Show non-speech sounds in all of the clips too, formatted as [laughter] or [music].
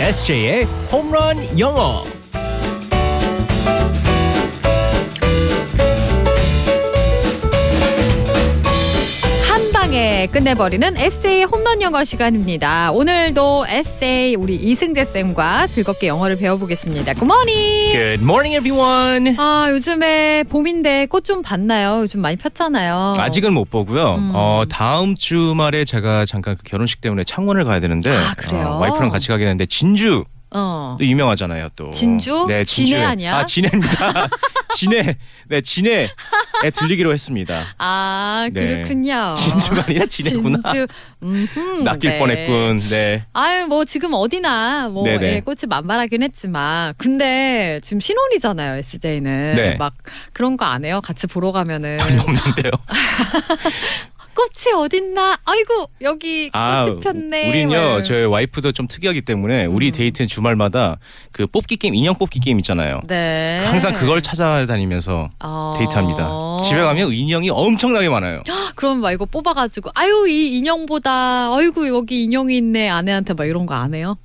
SJ의 홈런 영어. 한 방에 끝내버리는 에세이 홈런 영어 시간입니다. 오늘도 에세이 우리 이승재 쌤과 즐겁게 영어를 배워보겠습니다. 굿모닝. Good morning, everyone. 아 요즘에 봄인데 꽃 좀 봤나요? 요즘 많이 폈잖아요. 아직은 못 보고요. 어. 음. 어, 다음 주말에 제가 잠깐 그 결혼식 때문에 창원을 가야 되는데 아, 그래요? 어, 와이프랑 같이 가게 되는데 진주 어. 또 유명하잖아요. 또 진주? 네, 진주. 진해 아니야? 아 [laughs] 진해입니다. 진해. 네, 진해에 들리기로 했습니다. 아 네. 그렇군요. 진주가 아니라 진해구나. 진주. 음흠, 낚일 네. 뻔했군. 네. 아유 뭐 지금 어디나 뭐 네네. 예, 꽃이 만발하긴 했지만 근데 지금 신혼이잖아요 SJ는 네. 막 그런 거 안 해요 같이 보러 가면은 별로 없는데요. 꽃이 어딨나 [laughs] 아이고 여기 꽃이 폈네 우리는요, 막 저희 와이프도 좀 특이하기 때문에 우리 음. 데이트는 주말마다 그 뽑기 게임, 인형 뽑기 게임 있잖아요. 네. 항상 그걸 찾아다니면서 어. 데이트합니다. 집에 가면 인형이 엄청나게 많아요. 그럼 막 이거 뽑아가지고 아유 이 인형보다 아이고 여기 인형이 있네 아내한테 막 이런 거 안 해요?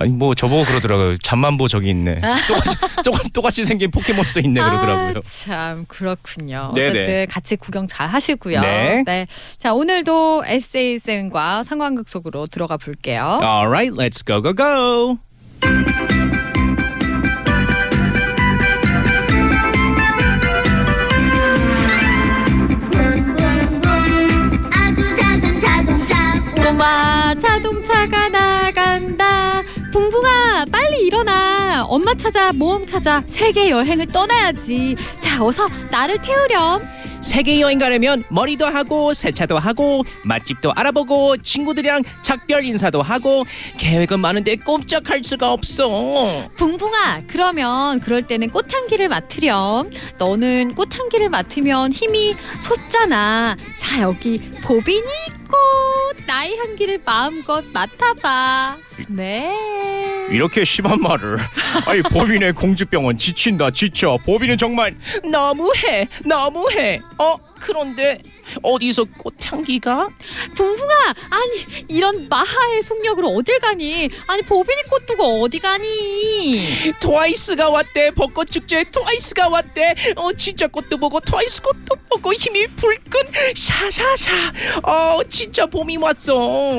아니 뭐 저보고 그러더라고요. 잠만보 저기 있네. 똑같이, 똑같이 똑같이 생긴 포켓몬스터 있네 그러더라고요. 아, 참 그렇군요. 네네. 어쨌든 같이 구경 잘 하시고요. 네. 자 오늘도 에세이 쌤과 상황극 속으로 들어가 볼게요. Alright, let's go go go. 붕붕붕 아주 작은 자동차 엄마 자동차가 나간다. 붕붕아 빨리 일어나. 엄마 찾아 모험 찾아 세계 여행을 떠나야지. 자 어서 나를 태우렴. 세계 여행 가려면 머리도 하고 세차도 하고 맛집도 알아보고 친구들이랑 작별 인사도 하고 계획은 많은데 꼼짝할 수가 없어. 붕붕아 그러면 그럴 때는 꽃향기를 맡으렴 너는 꽃향기를 맡으면 힘이 솟잖아 자 여기 보비니 꽃 나의 향기를 마음껏 맡아봐 스멜 이렇게 심한 말을 아니 보빈의 공주병은 지친다 지쳐 보빈은 정말 너무해 너무해 어 그런데 어디서 꽃향기가 붕붕아 아니 이런 마하의 속력으로 어딜 가니 아니 보비니 꽃 두고 어디 가니 트와이스가 왔대 벚꽃 축제에 트와이스가 왔대 어 진짜 꽃도 보고 트와이스 꽃도 보고 힘이 불끈 샤샤샤 어 진짜 봄이 왔어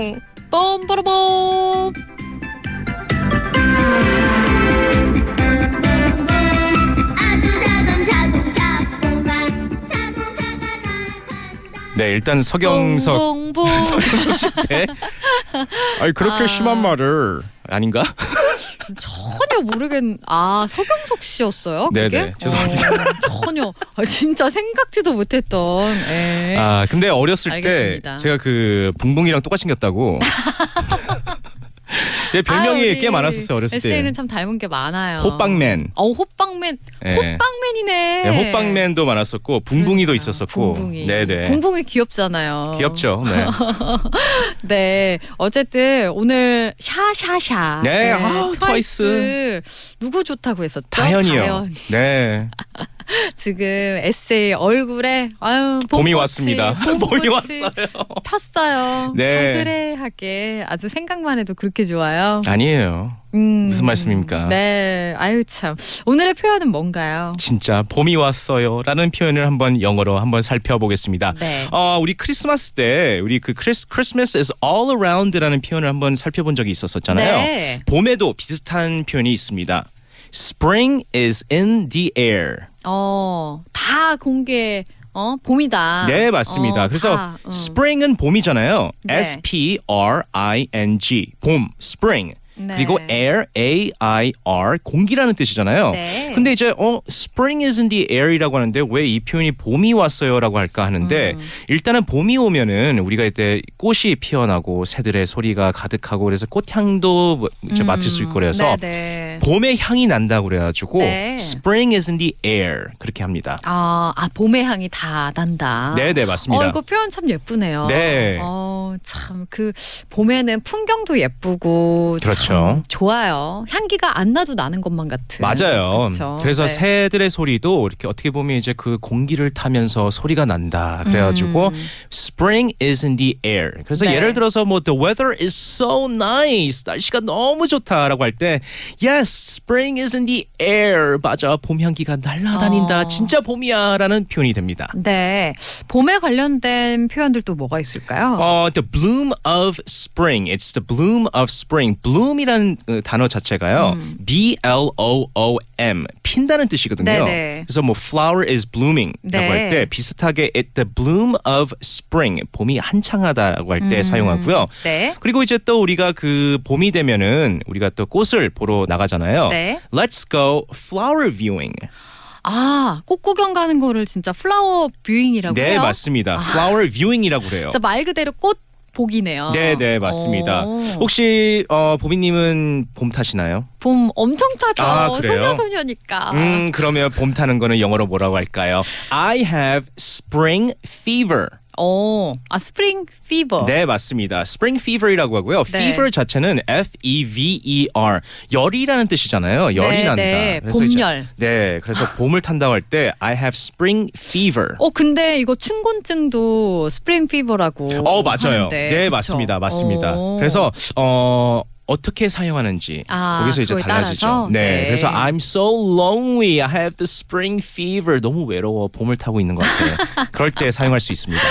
뻔뻔뻔 붕붕 아주 작은 자동차 꼬만 자동차가 나간다 네 일단 어, [laughs] 서경석 붕붕붕 네. 아니 그렇게 아. 심한 말을 아닌가 전혀 모르겠. 아 서경석 씨였어요? 그게? 네네, 죄송합니다. 어, 전혀. 아, 진짜 생각지도 못했던. 예. 에. 아 근데 어렸을 네. 알겠습니다. 때 제가 그 붕붕이랑 똑같이 생겼다고. [laughs] 내 별명이 아, 우리 꽤 많았었어요 어렸을 때. SA는 참 닮은 게 많아요. 호빵맨. 어 호빵맨. 예. 호빵맨이네. 네, 호빵맨도 많았었고 붕붕이도 그러니까, 있었었고. 붕붕이. 네네. 붕붕이 귀엽잖아요. 귀엽죠. [laughs] 네. 네. 어쨌든 오늘 샤샤샤. 네, 아우, 트와이스. 누구 좋다고 했었죠? 다현이요. 다현. 네. [laughs] 지금 에세이 얼굴에 아유 봄이 봄꽃이, 왔습니다. [laughs] 봄이 봄꽃이 왔어요. 폈어요. 네. 그래하게 아주 생각만 해도 그렇게 좋아요. 아니에요. 음. 무슨 말씀입니까? 네, 아유 참 오늘의 표현은 뭔가요? 진짜 봄이 왔어요라는 표현을 한번 영어로 한번 살펴보겠습니다. 네. 어, 우리 크리스마스 때 우리 그 크리스 크리스마스 is all around라는 표현을 한번 살펴본 적이 있었었잖아요. 네. 봄에도 비슷한 표현이 있습니다. Spring is in the air. 어, 다 공개. 어, 봄이다. 네, 맞습니다. 어, 그래서 다, 음. spring은 봄이잖아요. 네. S P R I N G. 봄, spring. 네. 그리고 air, A I R 공기라는 뜻이잖아요. 네. 근데 이제 어 spring is in the air이라고 하는데 왜 이 표현이 봄이 왔어요라고 할까 하는데 음. 일단은 봄이 오면은 우리가 이때 꽃이 피어나고 새들의 소리가 가득하고 그래서 꽃향도 뭐 이제 맡을 수 있고 그래서 음. 네, 네. 봄의 향이 난다고 그래가지고 네. spring is in the air 그렇게 합니다. 아, 아, 봄의 향이 다 난다. 네네 맞습니다. 어, 이거 표현 참 예쁘네요. 네. 어, 참 그 봄에는 풍경도 예쁘고 그렇죠. 참 좋아요. 향기가 안 나도 나는 것만 같은. 맞아요. 네, 그쵸? 그래서 네. 새들의 소리도 이렇게 어떻게 보면 이제 그 공기를 타면서 소리가 난다. 그래가지고 음. spring is in the air. 그래서 네. 예를 들어서 뭐 the weather is so nice. 날씨가 너무 좋다라고 할 때 yes, spring is in the air. 맞아. 봄 향기가 날아다닌다. 어. 진짜 봄이야라는 표현이 됩니다. 네. 봄에 관련된 표현들 또 뭐가 있을까요? 어, the bloom of spring. It's the bloom of spring. bloom이라는 그 단어 자체가요. 음. B L O O M. 핀다는 뜻이거든요. 네네. 그래서 뭐 flower is blooming라고 네. 할 때 비슷하게 it the bloom of spring. 봄이 한창하다라고 할 때 사용하고요. 음. 네. 그리고 이제 또 우리가 그 봄이 되면은 우리가 또 꽃을 보러 나가잖아요. 네. Let's go flower viewing. 아, 꽃 구경 가는 거를 진짜 플라워 뷰잉이라고 해요. 아. 네, 맞습니다. flower viewing이라고 그래요. 진짜 말 그대로 꽃 보기네요. 네, 네, 맞습니다. 오. 혹시 어, 보미님은 봄 타시나요? 봄 엄청 타죠. 아, 그래요? 소녀소녀니까. 음, 그러면 봄 타는 거는 영어로 뭐라고 할까요? I have spring fever. 어, 아 스프링 피버. 네, 맞습니다. spring fever이라고 하고요. 네. fever 자체는 F E V E R 열이라는 뜻이잖아요. 열이 네, 난다. 네. 그래서 이제- 봄열. 네, 그래서 봄을 탄다고 할 때 I have spring fever. 어 근데 이거 춘곤증도 스프링 피버라고. 어 맞아요. 하는데, 네 그쵸? 맞습니다, 맞습니다. 어. 그래서 어. 어떻게 사용하는지 아, 거기서 이제 그거에 달라지죠. 따라서? 네, 네. 그래서 I'm so lonely, I have the spring fever. 너무 외로워, 봄을 타고 있는 것 [laughs] 같아요. 그럴 때 사용할 수 있습니다.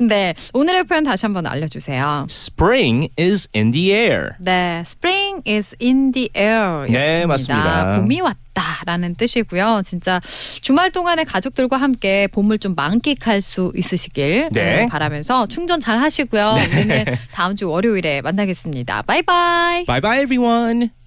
네 오늘의 표현 다시 한번 알려주세요. Spring is in the air. 네, spring is in the air. 네, 맞습니다. 봄이 왔다라는 뜻이고요. 진짜 주말 동안에 가족들과 함께 봄을 좀 만끽할 수 있으시길 네. 바라면서 충전 잘 하시고요. 우리는 다음 주 월요일에 만나겠습니다. 바이바이. Bye bye everyone.